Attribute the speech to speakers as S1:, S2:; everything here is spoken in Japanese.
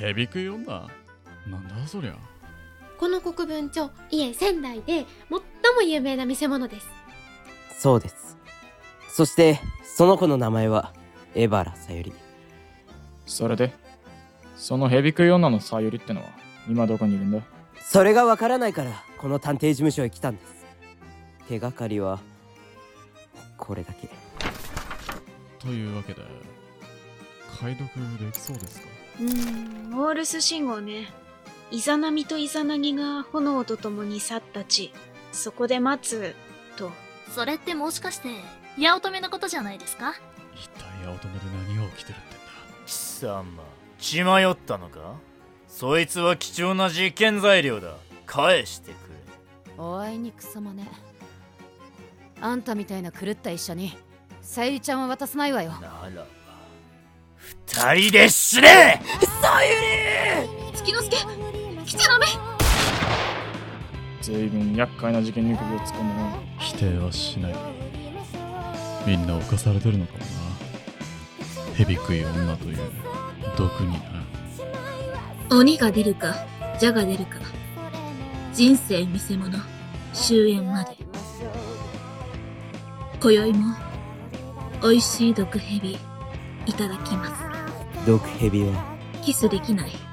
S1: へびくい女なんだそりゃ
S2: この国分町いえ仙台で最も有名な見せ物です
S3: そうですそしてその子の名前はエバラさゆり
S4: それでそのヘビ食い女のさゆりってのは今どこにいるんだ
S3: それがわからないからこの探偵事務所へ来たんです手がかりはこれだけ
S1: というわけで解読できそうですか
S5: うーん、モールス信号ね。イザナミとイザナギが炎と共に去った地。そこで待つ、と。
S6: それってもしかして八乙女のことじゃないですか
S1: 一体八乙女で何が起きてるってんだ
S7: 貴様血迷ったのかそいつは貴重な実験材料だ返してく
S8: おあいにくさまねあんたみたいな狂った医者にさゆりちゃんは渡さないわよ
S7: れならば二人で死ね
S6: 月之助来ちゃダメ
S4: 随分厄介な事件に首を突っ込んだな。
S1: 否定はしないみんな犯されてるのかもなへびくい女という毒にな
S9: 鬼が出るか、蛇が出るか。人生見せ物、終焉まで。今宵も、美味しい毒蛇、いただきます。
S3: 毒蛇は
S9: キスできない。